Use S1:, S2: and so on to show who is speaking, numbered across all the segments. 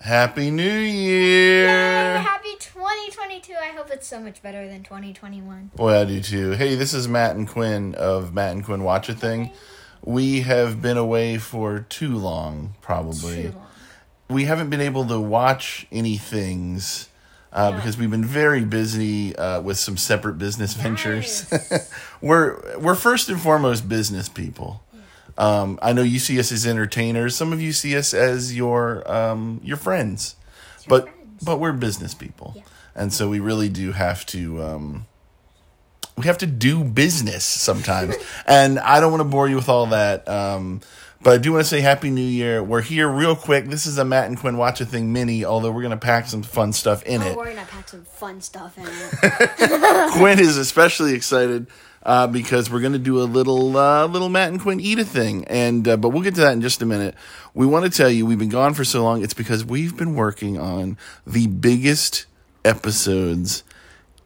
S1: Happy New Year!
S2: Yay, happy 2022. I hope it's so much better than 2021.
S1: Boy, I do too. Hey, this is Matt and Quinn of Matt and Quinn Watch a Thing. We have been away for too long, probably.
S2: Too long.
S1: We haven't been able to watch any things uh, because we've been very busy uh, with some separate business ventures. we're we're first and foremost business people. Um, I know you see us as entertainers. Some of you see us as your um, your friends, but
S2: friends.
S1: but we're business people, and so we really do have to. Um, we have to do business sometimes. and I don't want to bore you with all that. Um, but I do want to say Happy New Year. We're here real quick. This is a Matt and Quinn Watch a Thing mini, although we're going to pack some fun stuff in
S2: Don't
S1: it.
S2: worry, I packed some fun stuff in it.
S1: Quinn is especially excited uh, because we're going to do a little uh, little Matt and Quinn eat a thing, and uh, but we'll get to that in just a minute. We want to tell you we've been gone for so long. It's because we've been working on the biggest episodes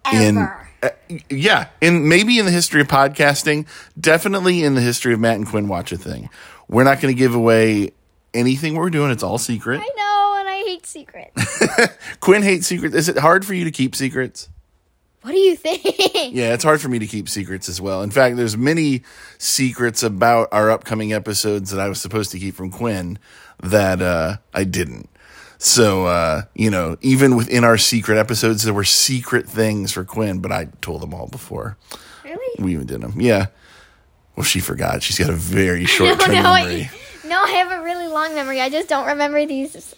S2: Ever.
S1: in. uh, yeah, in maybe in the history of podcasting, definitely in the history of Matt and Quinn watch a thing. We're not going to give away anything we're doing. It's all secret.
S2: I know, and I hate secrets.
S1: Quinn hates secrets. Is it hard for you to keep secrets?
S2: what do you think?
S1: Yeah, it's hard for me to keep secrets as well. In fact, there's many secrets about our upcoming episodes that I was supposed to keep from Quinn that uh, I didn't. So uh, you know, even within our secret episodes, there were secret things for Quinn, but I told them all before
S2: Really?
S1: we even did them. Yeah. Well, she forgot. She's got a very short
S2: No,
S1: term
S2: no,
S1: memory.
S2: I, no, I have a really long memory. I just don't remember these.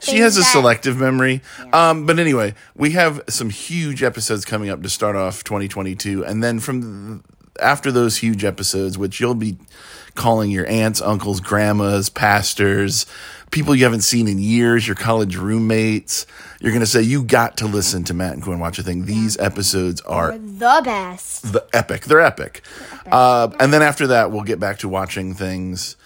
S1: She has a
S2: that-
S1: selective memory. Um, but anyway, we have some huge episodes coming up to start off 2022. And then from th- after those huge episodes, which you'll be calling your aunts, uncles, grandmas, pastors, people you haven't seen in years, your college roommates, you're going to say, You got to listen to Matt and Quinn Watch a Thing. These episodes are
S2: The best.
S1: the epic. They're epic. Uh, and then after that, we'll get back to watching things.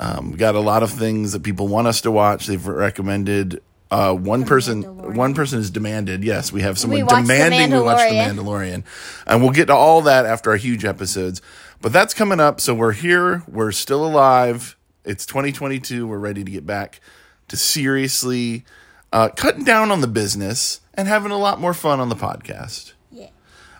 S1: Um, we got a lot of things that people want us to watch. They've recommended. Uh, one person,
S2: Mandalorian.
S1: one person has demanded. Yes, we have someone
S2: We watched The
S1: demanding we watch the Mandalorian, and we'll get to all that after our huge episodes. But that's coming up. So we're here. We're still alive. It's 2022. We're ready to get back to seriously uh, cutting down on the business and having a lot more fun on the podcast.
S2: Yeah.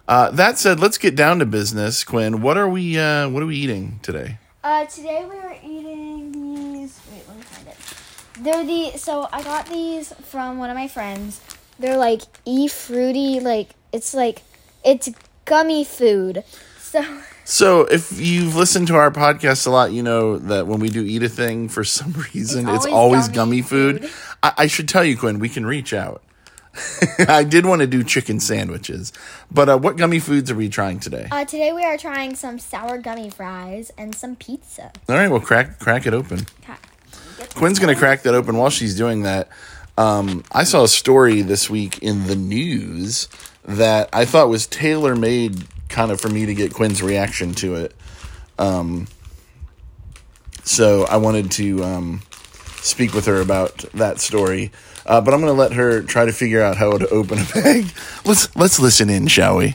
S1: Uh, that said, let's get down to business, Quinn. What are we? Uh, what are we eating today?
S2: Uh, today we were eating these. Wait, let me find it. They're the so I got these from one of my friends. They're like e fruity, like it's like it's gummy food. So
S1: So, if you've listened to our podcast a lot, you know that when we do eat a thing, for some reason, it's always,
S2: always
S1: gummy,
S2: gummy
S1: food.
S2: food.
S1: I, I should tell you, Quinn, we can reach out. I did want to do chicken sandwiches, but uh, what gummy foods are we trying today?
S2: uh, today we are trying some sour gummy fries and some pizza.
S1: All right, well, crack crack it open.
S2: Okay.
S1: Quinn's going to crack that open while she's doing that. Um, I saw a story this week in the news that I thought was tailor made kind of for me to get Quinn's reaction to it. Um, so I wanted to um, speak with her about that story. Uh, but I'm going to let her try to figure out how to open a bag. let's let's listen in, shall we?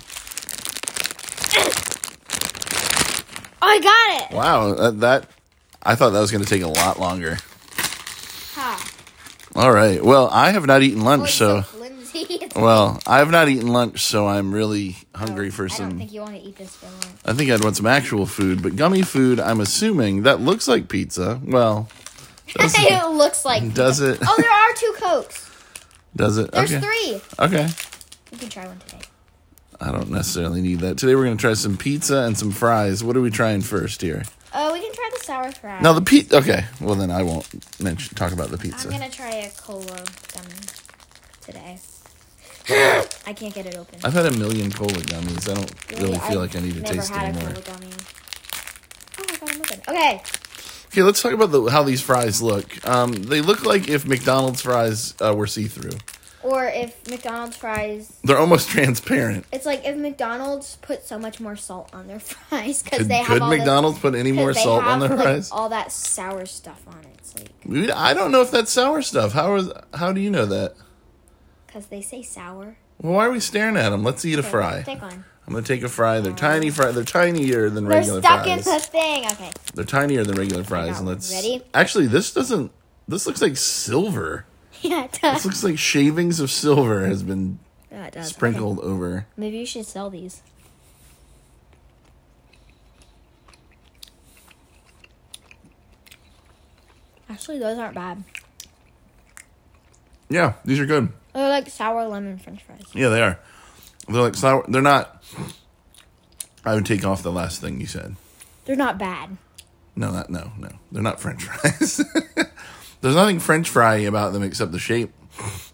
S2: Oh, I got it.
S1: Wow, that, that I thought that was going to take a lot longer.
S2: Ha. Oh,
S1: All right. Well, I have not eaten lunch, so
S2: flimsy.
S1: Well, I've not eaten lunch, so I'm really hungry for
S2: I don't
S1: some.
S2: think you want to eat this for long.
S1: I think I'd want some actual food, but gummy food, I'm assuming that looks like pizza. Well,
S2: it looks like.
S1: does it?
S2: Oh, there are two cokes.
S1: Does it?
S2: There's
S1: okay.
S2: three.
S1: Okay.
S2: You can try one today.
S1: I don't necessarily need that. Today we're going to try some pizza and some fries. What are we trying first here?
S2: Uh, we can try the sour fries.
S1: Now the pizza. Okay. Well, then I won't mention talk about the pizza.
S2: I'm gonna try a cola gummy today. I can't get it open.
S1: I've had a million cola gummies. I don't really
S2: I've
S1: feel like I need to
S2: never
S1: taste
S2: had a
S1: anymore.
S2: cola gummy. Oh, I got 'em open. Okay,
S1: Okay, let's talk about the, how these fries look. Um, they look like if McDonald's fries uh, were see through.
S2: or if McDonald's fries,
S1: They're almost transparent.
S2: it's like if McDonald's put so much more salt on their fries because
S1: Could,
S2: they have
S1: could
S2: all the-
S1: McDonald's put any
S2: 'cause
S1: more
S2: they
S1: salt on
S2: have,
S1: their
S2: like,
S1: fries?
S2: All that sour stuff on it. It's like
S1: We- I don't know if that's sour stuff. How is? How do you know that?
S2: because they say sour.
S1: Well, why are we staring at them? Let's eat a
S2: Okay,
S1: fry.
S2: Take one.
S1: I'm gonna take a fry. They're tiny fry. They're tinier than
S2: We're
S1: regular
S2: stuck in
S1: fries.
S2: the thing. Okay.
S1: They're tinier than regular fries, and
S2: know.
S1: let's.
S2: Ready?
S1: Actually, this doesn't. This looks like silver.
S2: yeah, it
S1: This
S2: does.
S1: looks like shavings of silver has been
S2: Yeah, it does. Okay.
S1: sprinkled over.
S2: Maybe you should sell these. Actually, those aren't bad.
S1: Yeah, these are good.
S2: They're like sour lemon french fries.
S1: Yeah, they are. They're like sour. They're not. I would take off the last thing you said.
S2: They're not bad.
S1: No, not no, no. They're not French fries. There's nothing French fry about them except the shape.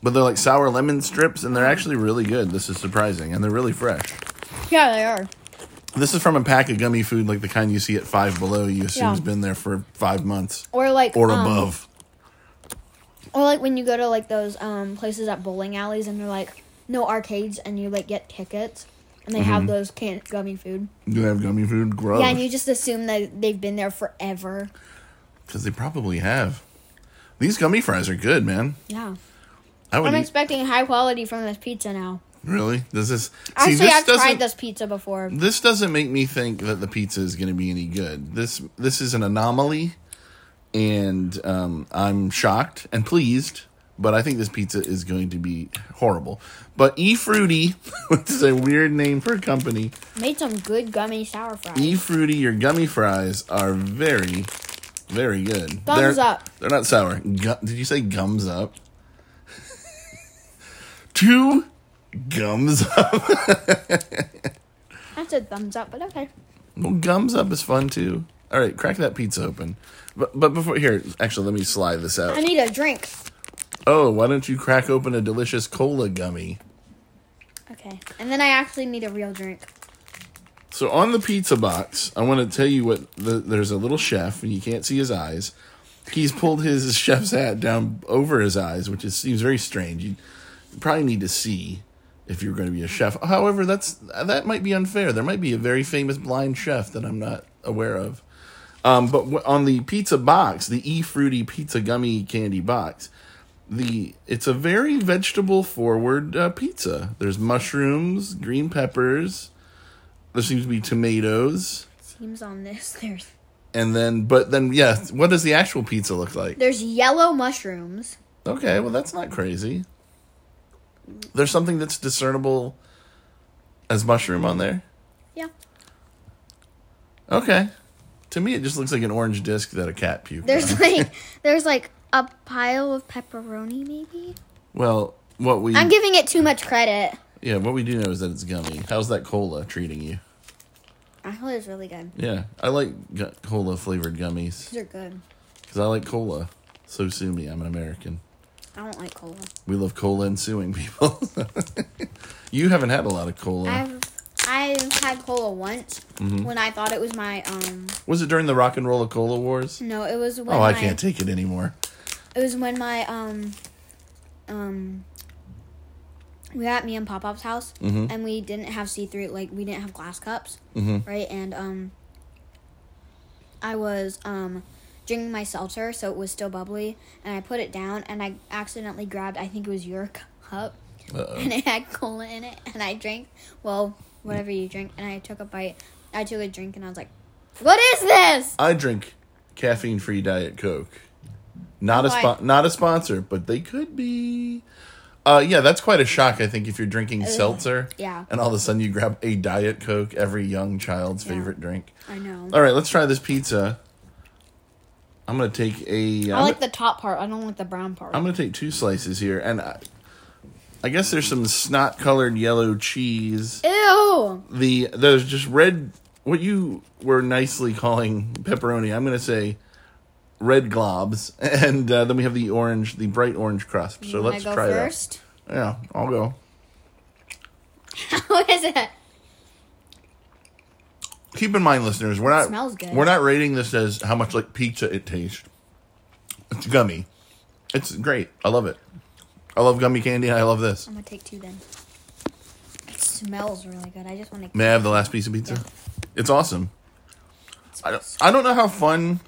S1: But they're like sour lemon strips, and they're actually really good. This is surprising, and they're really fresh.
S2: Yeah, they are.
S1: This is from a pack of gummy food, like the kind you see at Five Below. You assume
S2: Yeah.
S1: has been there for five months
S2: Or like
S1: or
S2: um,
S1: above.
S2: Or like when you go to like those um places at bowling alleys and they're like no arcades and you like get tickets and they
S1: Mm-hmm.
S2: have those canned gummy food.
S1: Do they have gummy food? Gross.
S2: Yeah, and you just assume that they've been there forever.
S1: Because they probably have. These gummy fries are good, man.
S2: Yeah.
S1: I would
S2: I'm
S1: eat-
S2: expecting high quality from this pizza now.
S1: really. Does this? See,
S2: Actually,
S1: this
S2: I've
S1: doesn't-
S2: tried this pizza before.
S1: This doesn't make me think that the pizza is going to be any good. This this is an anomaly, and um, I'm shocked and pleased. But I think this pizza is going to be horrible. But E Fruity, which is a weird name for a company,
S2: Made some good gummy sour fries.
S1: E Fruity, your gummy fries are very, very good.
S2: Thumbs
S1: they're,
S2: up.
S1: They're not sour. Gu- did you say gums up? Two gums up.
S2: I said thumbs up, but okay.
S1: Well, gums up is fun too. All right, crack that pizza open. But but before here, actually, let me slide this
S2: I
S1: out.
S2: need a drink.
S1: Oh, why don't you crack open a delicious cola gummy?
S2: Okay. And then I actually need a real drink.
S1: So on the pizza box, I want to tell you what the, there's a little chef, and you can't see his eyes. He's pulled his chef's hat down over his eyes, which is, seems very strange. You probably need to see if you're going to be a chef. However, that's that might be unfair. There might be a very famous blind chef that I'm not aware of. Um, but w- on the pizza box, the E Fruity Pizza Gummy Candy box, the it's a very vegetable forward uh, pizza. There's mushrooms, green peppers. There seems to be tomatoes,
S2: Seems on this there's
S1: and then but then yes, what does the actual pizza look like?
S2: there's yellow mushrooms.
S1: Okay, well that's not crazy. There's something that's discernible as mushroom on there.
S2: Yeah.
S1: Okay. To me, it just looks like an orange disc that a cat puked. on.
S2: There's like there's like a pile of pepperoni maybe.
S1: well, what we
S2: I'm giving it too much credit.
S1: Yeah, what we do know is that it's gummy. How's that cola treating you?
S2: Actually, it's really good.
S1: Yeah, I like gu- cola flavored gummies
S2: These are good.
S1: because I like cola. So sue me, I'm an American.
S2: I don't like cola.
S1: We love cola and suing people. you haven't had a lot of cola.
S2: I've I've had cola once
S1: Mm-hmm.
S2: when I thought it was my um.
S1: Was it during the rock and roll of cola wars?
S2: No, it was when
S1: Oh,
S2: my,
S1: I can't take it anymore.
S2: It was when my um, um. We were at me and Pop Pop's house,
S1: Mm-hmm.
S2: and we didn't have see through. Like we didn't have glass cups,
S1: Mm-hmm.
S2: right? And um. I was um, drinking my seltzer, so it was still bubbly, and I put it down, and I accidentally grabbed. I think it was your cup.
S1: Uh-oh.
S2: and it had cola in it, and I drank, well, whatever you drink, and I took a bite. I took a drink, and I was like, "What is this?"
S1: I drink caffeine free diet coke. Not a
S2: Why?
S1: spo- not a sponsor, but they could be. Uh, yeah, that's quite a shock. I think if you're drinking seltzer,
S2: Yeah.
S1: and all of a sudden you grab a diet coke, every young child's
S2: Yeah.
S1: favorite drink.
S2: I know.
S1: All right, let's try this pizza. I'm gonna take a.
S2: I like the top part. I don't like the brown part.
S1: I'm gonna take two slices here, and I, I guess there's some snot-colored yellow cheese.
S2: Ew!
S1: The there's just red. What you were nicely calling pepperoni, I'm gonna say red globs, and uh, then we have the orange, the bright orange crust. So
S2: You wanna
S1: let's
S2: go
S1: try
S2: first?
S1: that. Yeah, I'll go.
S2: what is it?
S1: Keep in mind, listeners, we're
S2: smells
S1: not
S2: good.
S1: we're not rating this as how much like pizza it tastes. It's gummy. It's great. I love it. I love gummy candy. and I love this.
S2: I'm gonna take two then. It smells really good. I just want to.
S1: May I have the last piece of pizza? It's awesome. I don't, I don't know how fun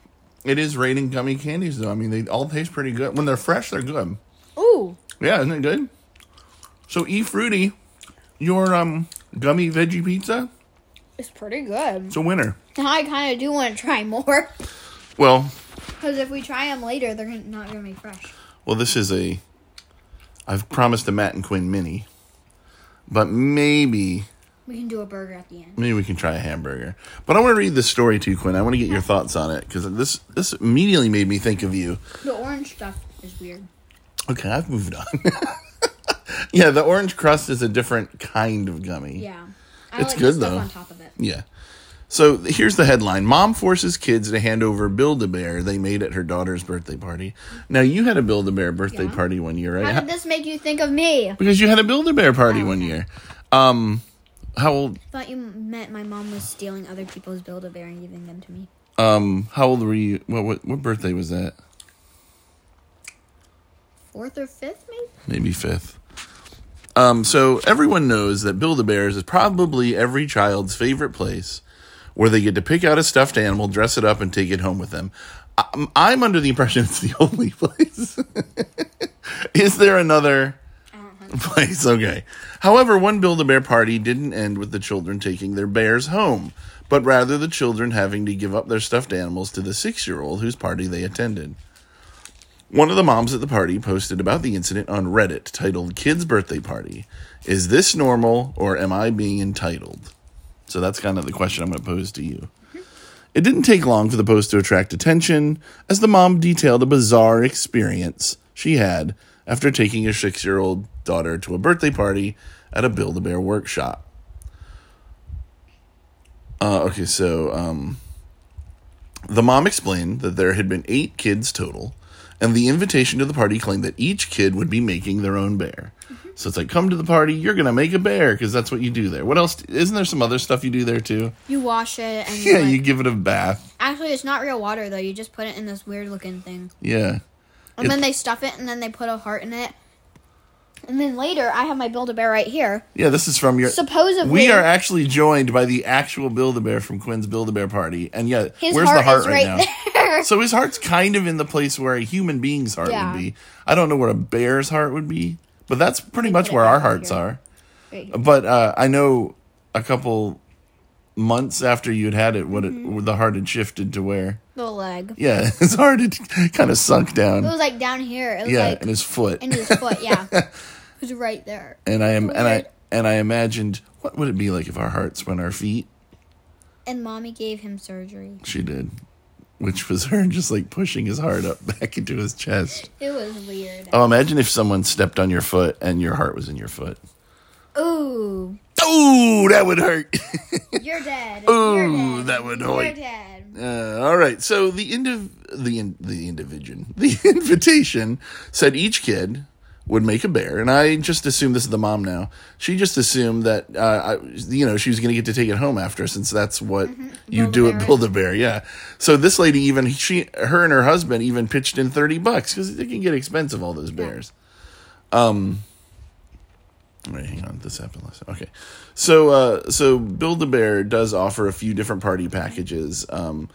S1: it is rating gummy candies though. I mean, they all taste pretty good when they're fresh. They're good.
S2: Ooh,
S1: Yeah, isn't it good? So, E Fruity, your um gummy veggie pizza,
S2: it's pretty good.
S1: it's a winner.
S2: Now I kind of do want to try more
S1: Well,
S2: because if we try them later, they're gonna- not gonna be fresh.
S1: well, this is a I've promised a Matt and Quinn mini, but maybe
S2: We can do a burger at the end.
S1: maybe we can try a hamburger. But I want to read the story to you, Quinn. I want to get your thoughts on it because this this immediately made me think of you.
S2: The orange stuff is weird.
S1: Okay, I've moved on. yeah, the orange crust is a different kind of gummy.
S2: Yeah. I
S1: It's
S2: like
S1: good,
S2: the stuff
S1: though.
S2: On top of it.
S1: Yeah. So here's the headline Mom forces kids to hand over Build a Bear they made at her daughter's birthday party. Now, you had a Build a Bear birthday
S2: Yeah.
S1: party one year, right?
S2: How did Oh, this make you think of me?
S1: because you had a Build a Bear party one year. Um, how old?
S2: Thought you meant my mom was stealing other people's Build a Bear and giving them to me.
S1: Um, how old were you? What, what what birthday was that?
S2: Fourth or fifth, maybe.
S1: Maybe fifth. Um, so everyone knows that Build a Bears is probably every child's favorite place where they get to pick out a stuffed animal, dress it up, and take it home with them. I'm, I'm under the impression it's the only place. is there another place? Okay. However, one Build a Bear party didn't end with the children taking their bears home, but rather the children having to give up their stuffed animals to the six year old whose party they attended. One of the moms at the party posted about the incident on Reddit titled Kids Birthday Party. Is this normal or am I being entitled? So that's kind of the question I'm going to pose to you. It didn't take long for the post to attract attention as the mom detailed a bizarre experience she had after taking her six year old daughter to a birthday party at a Build a Bear workshop. Uh, okay, so um, the mom explained that there had been eight kids total, and the invitation to the party claimed that each kid would be making their own bear. So it's like, come to the party, you're gonna make a bear because that's what you do there. What else? Isn't there some other stuff you do there too?
S2: You wash it and
S1: Yeah,
S2: like-
S1: you give it a bath.
S2: actually it's not real water though. You just put it in this weird looking thing,
S1: Yeah,
S2: and then they stuff it, and then they put a heart in it. And then later, I have my Build a Bear right here.
S1: yeah. This is from your.
S2: Supposedly,
S1: we are actually joined by the actual Build a Bear from Quinn's Build a Bear party, and yeah,
S2: His
S1: where's
S2: heart
S1: the heart
S2: is
S1: right,
S2: right
S1: now? So his heart's kind of in the place where a human being's heart
S2: Yeah.
S1: would be. I don't know where a bear's heart would be, but that's pretty much
S2: put it
S1: where
S2: back
S1: our
S2: up
S1: hearts
S2: here.
S1: are.
S2: Right here.
S1: But uh, I know a couple months after you'd had it, what it, the heart had shifted to where,
S2: the leg. It
S1: yeah, his heart had kind of sunk down,
S2: was like down here. It was
S1: yeah,
S2: like
S1: and his foot,
S2: in his foot. Yeah, it was right there.
S1: and I am, and I,
S2: Weird.
S1: and I imagined what would it be like if our hearts went our feet.
S2: And mommy gave him surgery.
S1: She did. Which was her just like pushing his heart up back into his chest.
S2: It was weird.
S1: Oh, imagine if someone stepped on your foot and your heart was in your foot. Uh,
S2: Ooh,
S1: Oh, that would hurt.
S2: you're dead.
S1: Ooh,
S2: you're dead.
S1: that would
S2: You're
S1: hurt.
S2: dead.
S1: Uh, all right. So the end of the in, the individual the invitation said each kid would make a bear, and I just assumed this is the mom now. She just assumed that uh, I, you know she was going to get to take it home after, since that's what you do at
S2: Build-A-Bear.
S1: Mm-hmm. Build a Bear. Yeah. So this lady even she her and her husband even pitched in thirty bucks because it can get expensive all those bears. Wait, hang on. This happened last. Okay, so uh, so Build a Bear does offer a few different party packages. Um,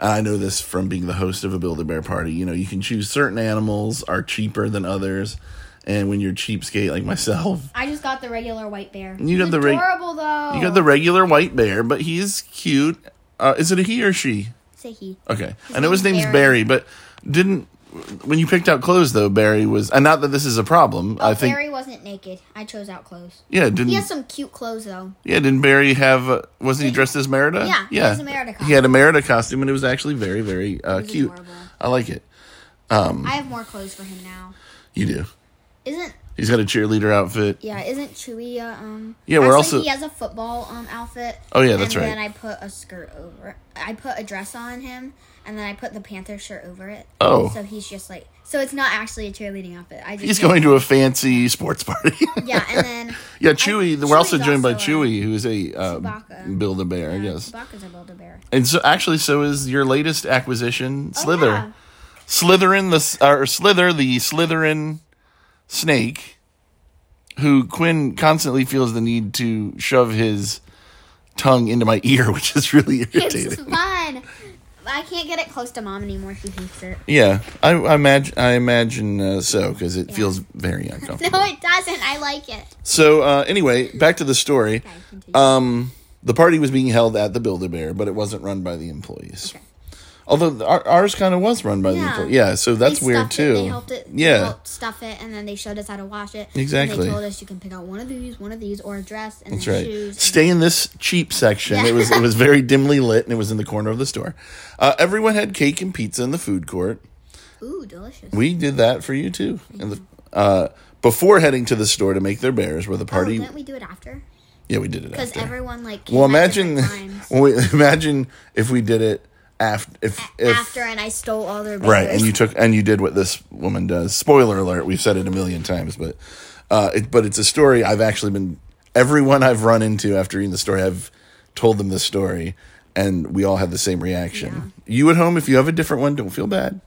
S1: and I know this from being the host of a Build a Bear party. You know, you can choose certain animals are cheaper than others, and when you're cheapskate like myself,
S2: I just got the regular white bear.
S1: you got the reg-
S2: Adorable though.
S1: you got the regular white bear, but he's cute. Uh, is it a he or she?
S2: Say he.
S1: Okay, I know his
S2: name's
S1: name's Barry, but didn't when you picked out clothes though Barry was, and not that this is a problem. I think
S2: Oh,
S1: Hmm.
S2: Barry wasn't naked. I chose out clothes.
S1: yeah, didn't
S2: He has some cute clothes though.
S1: Yeah, didn't Barry have? Uh, wasn't he dressed as Merida?
S2: Yeah, he
S1: yeah.
S2: was a Merida
S1: He had a Merida costume, and it was actually very, very uh,
S2: was
S1: cute.
S2: adorable.
S1: I like it. Hmm.
S2: I have more clothes for him now.
S1: You do.
S2: Isn't
S1: He's got a cheerleader outfit.
S2: yeah? Isn't Chewy uh, um?
S1: Yeah, we're
S2: actually,
S1: also-
S2: he has a football um outfit.
S1: Oh, yeah, that's
S2: and
S1: right.
S2: Then I put a skirt over. I put a dress on him, and then I put the Panther shirt over it.
S1: Oh.
S2: So he's just like so. It's not actually a cheerleading outfit. I just
S1: He's going to a fancy sports party.
S2: Yeah, and then
S1: yeah, Chewy. We're
S2: Chewie's
S1: also joined by
S2: also a-
S1: Chewy, who's a uh,
S2: Chewbacca.
S1: Build a Bear. Yes,
S2: Chewbacca's a build a bear.
S1: and so actually, so is your latest acquisition, Slither.
S2: yeah.
S1: Slytherin, the s- or Slither, the Slytherin snake, who Quinn constantly feels the need to shove his tongue into my ear, which is really irritating.
S2: It's fun. I can't get it close to mom anymore. She hates it.
S1: Yeah, I, I imagine I imagine uh, so because it feels very uncomfortable.
S2: No, it doesn't. I like it.
S1: So uh, anyway, back to the story.
S2: continue.
S1: Um, the party was being held at the Build a Bear, but it wasn't run by the employees. Although the- our, ours kind of was run by the
S3: Yeah.
S1: employee. Yeah, so that's
S3: They
S1: weird
S3: stuffed it,
S1: too.
S3: They helped it. they
S1: yeah.
S3: helped stuff it, and then they showed us how to wash it. And
S1: Exactly.
S3: they told us you can pick out one of these, one of these, or a dress, and
S1: That's
S3: then
S1: right.
S3: shoes.
S1: Stay in this cheap section. It was it was very dimly lit and it was in the corner of the store. Uh, everyone had cake and pizza in the food court.
S3: Ooh, delicious.
S1: We did that for you too. And the, uh, before heading to the store to make their bears, where the
S3: oh,
S1: party
S3: didn't we do it after?
S1: yeah we did it
S3: Because
S1: after.
S3: everyone like. Came
S1: well,
S3: at
S1: imagine
S3: different times
S1: well, we- imagine if we did it after if if
S3: after, and I stole all their.
S1: right
S3: beers.
S1: and you took and you did what this woman does. Spoiler alert: we've said it a million times, but uh, it, but it's a story I've actually been everyone I've run into after reading the story. I've told them the story, and we all have the same reaction. You at home, if you have a different one, don't feel bad.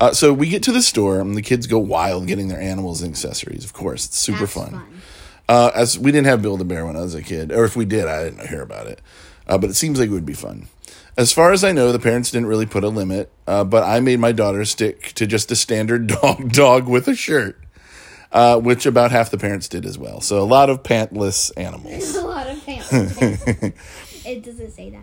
S1: Uh, so we get to the store, and the kids go wild getting their animals and accessories. Of course, it's super
S3: That's
S1: fun.
S3: fun.
S1: Uh, as we didn't have Build a Bear when I was a kid, or if we did, I didn't hear about it. Uh, but it seems like it would be fun. As far as I know, the parents didn't really put a limit, uh, but I made my daughter stick to just a standard dog dog with a shirt, uh, which about half the parents did as well. So a lot of pantless animals.
S3: a lot of pants. it doesn't say that.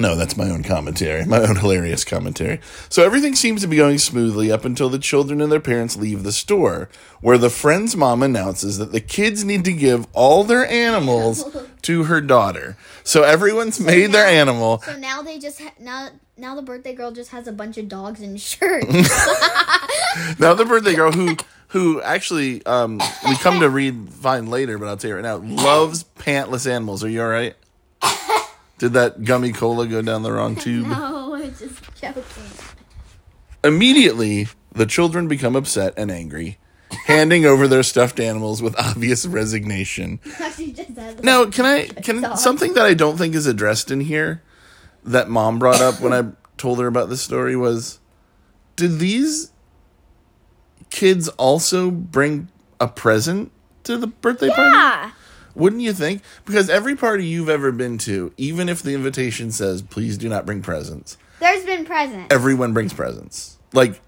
S1: No, that's my own commentary, my own hilarious commentary. So everything seems to be going smoothly up until the children and their parents leave the store, where the friend's mom announces that the kids need to give all their animals to her daughter. So everyone's made their animal.
S3: So now they just ha- now now the birthday girl just has a bunch of dogs and shirts.
S1: Now the birthday girl who who actually um, we come to read find later, but I'll tell you right now, loves pantless animals. Are you all right? Did that gummy cola go down the wrong tube?
S3: oh, I'm just joking.
S1: Immediately, the children become upset and angry, handing over their stuffed animals with obvious resignation.
S3: She just has
S1: Now, can I can something that I don't think is addressed in here that mom brought up when I told her about this story was did these kids also bring a present to the birthday party?
S2: Ah,
S1: Wouldn't you think? Because every party you've ever been to, even if the invitation says please do not bring presents,
S3: There's been presents.
S1: everyone brings presents like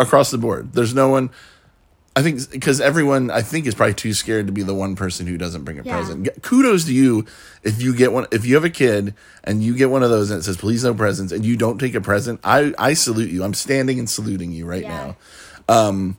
S1: across the board there's no one i think because everyone i think is probably too scared to be the one person who doesn't bring a
S3: Yeah.
S1: present G- kudos to you if you get one if you have a kid and you get one of those and it says please no presents and you don't take a present i i salute you i'm standing and saluting you right
S3: Yeah.
S1: now um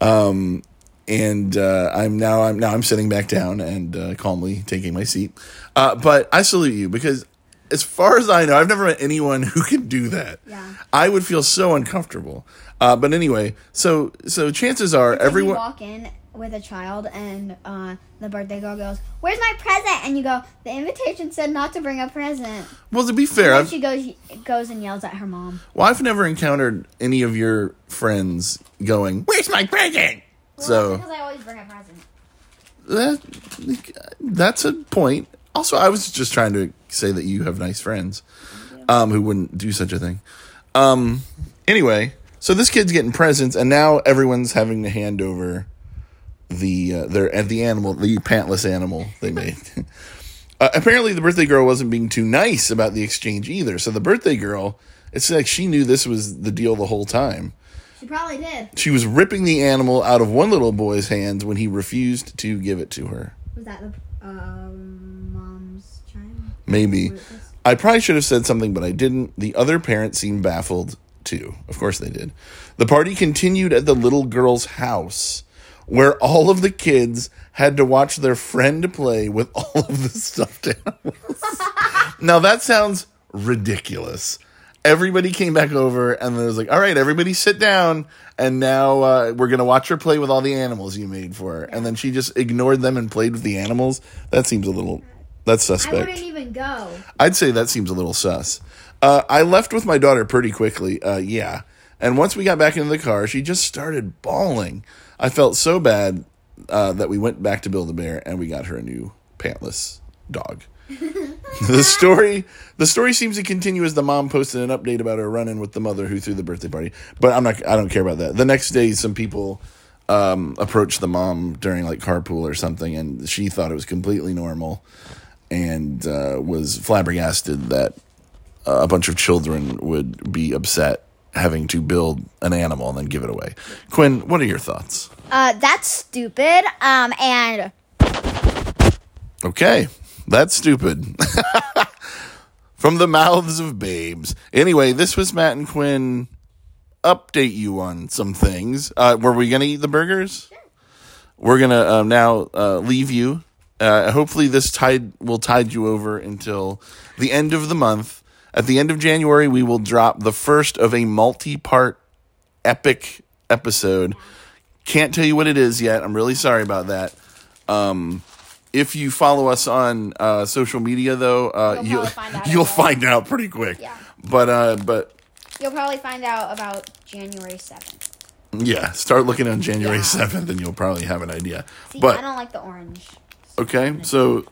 S1: um, and uh, I'm now I'm now I'm sitting back down and uh, calmly taking my seat. Uh, but I salute you because, as far as I know, I've never met anyone who can do that.
S3: Yeah.
S1: I would feel so uncomfortable. Uh, but anyway, so so chances are everyone.
S3: You walk in with a child, and uh, the birthday girl goes, "Where's my present?" And you go, "The invitation said not to bring a present."
S1: well, to be fair,
S3: And
S1: I've,
S3: she goes goes and yells at her mom.
S1: well, I've never encountered any of your friends going, "Where's my present?" so
S3: I always bring a present.
S1: that that's a point. Also, I was just trying to say that you have nice friends um, who wouldn't do such a thing. Um, anyway, so this kid's getting presents, and now everyone's having to hand over the uh, their and the animal, the pantless animal they made. uh, apparently, the birthday girl wasn't being too nice about the exchange either. So the birthday girl, it's like she knew this was the deal the whole time.
S3: She probably did.
S1: She was ripping the animal out of one little boy's hands when he refused to give it to her.
S3: Was that the um, mom's child?
S1: Maybe.
S3: Wait, this-
S1: I probably should have said something, but I didn't. The other parents seemed baffled too. Of course they did. The party continued at the little girl's house, where all of the kids had to watch their friend play with all of the stuffed animals. now that sounds ridiculous. Everybody came back over, and then it was like, "All right, everybody, sit down." And now uh, we're gonna watch her play with all the animals you made for her. And then she just ignored them and played with the animals. That seems a little. That's
S3: I
S1: suspect.
S3: wouldn't even go.
S1: I'd say that seems a little sus. Uh, I left with my daughter pretty quickly. Uh, yeah. And once we got back into the car, she just started bawling. I felt so bad uh, that we went back to Build a Bear and we got her a new pantless dog. the story the story seems to continue as the mom posted an update about her run-in with the mother who threw the birthday party. But I'm not I don't care about that. The next day some people um, approached the mom during like carpool or something and she thought it was completely normal and uh, was flabbergasted that uh, a bunch of children would be upset having to build an animal and then give it away. Quinn, what are your thoughts?
S2: uh, that's stupid. Um, and
S1: Okay, that's stupid. from the mouths of babes. Anyway, this was Matt and Quinn update you on some things. Uh, were we going to eat the burgers? We're going to um, now uh, leave you. Uh, hopefully, this tide will tide you over until the end of the month. At the end of January, we will drop the first of a multi part epic episode. Can't tell you what it is yet. I'm really sorry about that. Um, if you follow us on uh, social media, though, uh,
S2: You'll
S1: you'll
S2: probably find out
S1: you'll
S2: anyway.
S1: find out pretty quick.
S2: Yeah.
S1: But uh, but
S2: You'll probably find out about January 7th.
S1: yeah, start looking on January
S2: Yeah.
S1: seventh, and you'll probably have an idea.
S2: See, I
S1: but
S2: don't like the orange.
S1: okay, so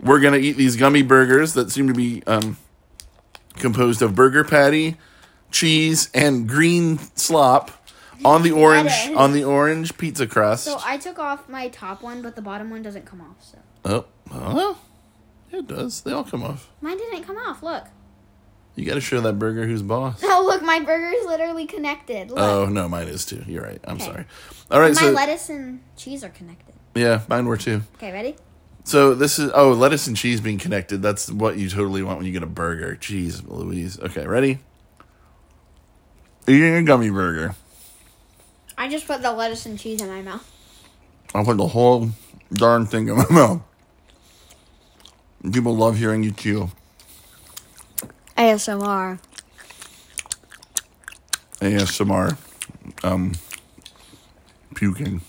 S1: we're gonna eat these gummy burgers that seem to be um, composed of burger patty, cheese, and green slop on the orange
S2: Lettuce.
S1: on the orange pizza crust.
S2: So I took off my top one, but the bottom one doesn't come off. So
S1: oh, huh? it does. They all come off.
S2: mine didn't come off. Look.
S1: You got to show that burger who's boss.
S2: Oh, look, my burger's literally connected. Look.
S1: Oh no, mine is too. You're right. I'm sorry. All right,
S2: my
S1: so
S2: lettuce and cheese are connected.
S1: yeah, mine were too.
S2: Okay, ready?
S1: So this is oh lettuce and cheese being connected. That's what you totally want when you get a burger. Cheese, Louise. Okay, ready? Eating a gummy burger.
S2: I just put the lettuce and cheese in my mouth.
S1: I put the whole darn thing in my mouth. People love hearing you chew.
S2: ASMR.
S1: ASMR. Um, puking.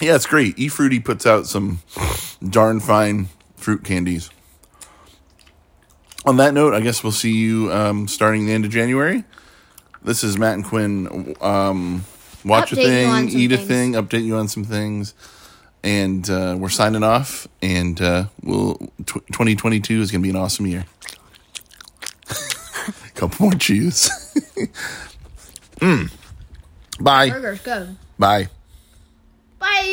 S1: Yeah, it's great. E Fruity puts out some darn fine fruit candies. On that note, I guess we'll see you um, starting the end of January. This is Matt and Quinn. Um, watch
S2: Update you
S1: a
S2: on
S1: thing,
S2: some
S1: eat a
S2: things.
S1: thing, update you on some things. And uh, we're signing off. And uh, we'll tw- 2022 is going to be an awesome year. Couple more cheese. mm. Bye.
S2: Burgers, go.
S1: Bye.
S2: Bye.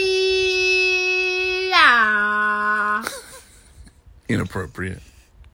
S1: Inappropriate.